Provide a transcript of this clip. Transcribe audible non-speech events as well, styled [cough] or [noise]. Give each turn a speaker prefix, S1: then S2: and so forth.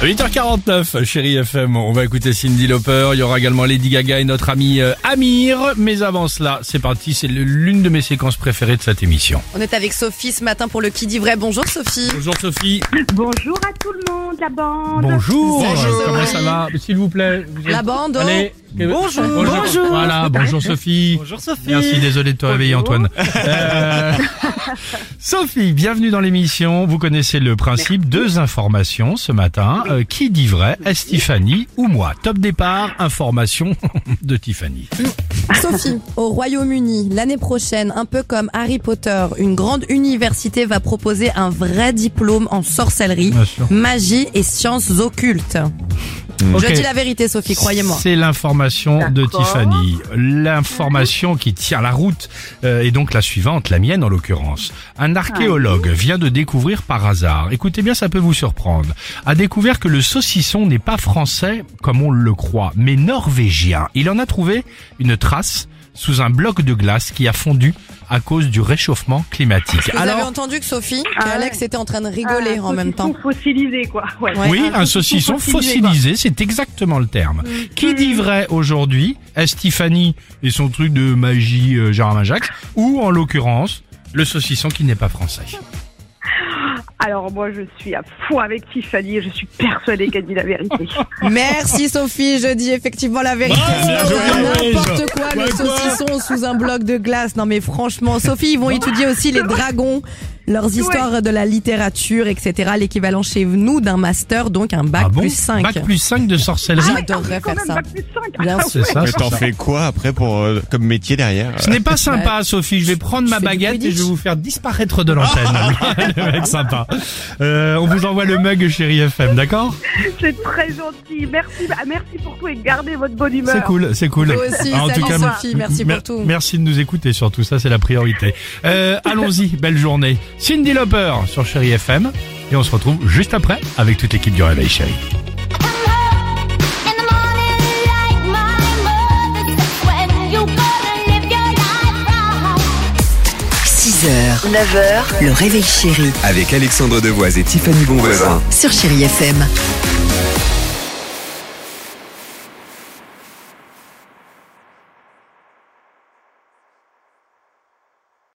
S1: À 8h49, chérie FM, on va écouter Cindy Lauper, il y aura également Lady Gaga et notre ami euh, Amir, mais avant cela, c'est parti, c'est le- l'une de mes séquences préférées de cette émission.
S2: On est avec Sophie ce matin pour le qui dit vrai. Bonjour Sophie.
S1: Bonjour Sophie.
S3: Bonjour à tout le monde, la bande.
S1: Bonjour.
S2: Bonjour.
S1: Comment ça va S'il vous plaît. vous êtes-
S2: La bande. oh.
S1: Allez.
S2: Bonjour.
S1: bonjour. Voilà, bonjour Sophie.
S4: Bonjour Sophie.
S1: Merci, désolé de te réveiller Antoine. Euh, Sophie, bienvenue dans l'émission. Vous connaissez le principe, deux informations ce matin. Euh, qui dit vrai Est-ce Tiffany ou moi Top départ, information [laughs] de Tiffany.
S2: Sophie, au Royaume-Uni, l'année prochaine, un peu comme Harry Potter, une grande université va proposer un vrai diplôme en sorcellerie,
S1: Bien sûr. Mm.
S2: magie et sciences occultes. Je dis la vérité Sophie, croyez-moi.
S1: C'est l'information de
S3: D'accord.
S1: Tiffany. L'information qui tient la route euh, est donc la suivante, la mienne en l'occurrence. Un
S2: Ah.
S1: archéologue vient de découvrir par hasard, écoutez bien, ça peut vous surprendre, a découvert que le saucisson n'est pas français comme on le croit, mais norvégien. Il en a trouvé une trace sous un bloc de glace qui a fondu à cause du réchauffement climatique.
S2: Vous avez entendu que Sophie,
S3: Ah ouais.
S2: Alex était en train de
S3: Ah,
S2: rigoler en même temps.
S3: saucisson fossilisé, quoi. Ouais.
S2: Ouais.
S1: Oui,
S3: un
S1: un saucisson
S3: saucisson fossilisé,
S1: fossilisé, c'est exactement le terme.
S2: Mm.
S1: Qui dit vrai aujourd'hui Est-ce Tiffany et son truc de magie euh, Gérard Majax Ou en l'occurrence, le saucisson qui n'est pas français
S3: Alors, moi, je suis à fond avec Tiffany et je suis persuadée qu'elle dit la
S2: [laughs]
S3: vérité.
S2: Merci Sophie, je dis effectivement la vérité.
S1: Bravo, Bah, bien joué. Bah,
S2: N'importe quoi, le saucisson sous un bloc de glace. Non mais franchement, Sophie, ils vont étudier aussi les dragons, leurs histoires de la littérature, etc. L'équivalent chez nous d'un master, donc un bac plus Ah 5.
S1: Ah Bac plus 5 de
S3: Ah
S1: sorcellerie
S2: J'adorerais
S3: Quand
S2: faire
S3: même,
S2: ça.
S3: pas plus cinq.
S2: Bien
S3: Ah,
S1: C'est ça.
S5: Mais t'en fais quoi après pour euh, comme métier derrière
S1: Ce n'est pas sympa, Sophie. Je vais prendre ma
S2: fais du
S1: baguette et je
S2: Quidditch.
S1: vais vous faire disparaître de
S2: [laughs]
S1: l'antenne. [laughs] le mec sympa. Euh, on vous envoie le mug chéri FM, d'accord
S3: C'est très gentil. Merci, ah, merci pour tout et gardez votre bonne humeur.
S1: C'est cool, c'est cool.
S2: Vous aussi,
S1: Ah,
S2: salut
S1: m-
S2: Sophie, merci
S1: mer-
S2: pour tout.
S1: Merci de nous écouter surtout, ça c'est la priorité. Euh,
S2: [laughs]
S1: Allons-y, belle journée. Cindy Lauper sur Chéri FM et on se retrouve juste après avec toute l'équipe du Réveil Chéri.
S6: In the morning, like my mother said, when you go and live your life right.
S7: 6h, 9h, le réveil chéri
S8: Avec Alexandre Devoise et Tiffany Bonvoisin.
S7: sur Chéri FM.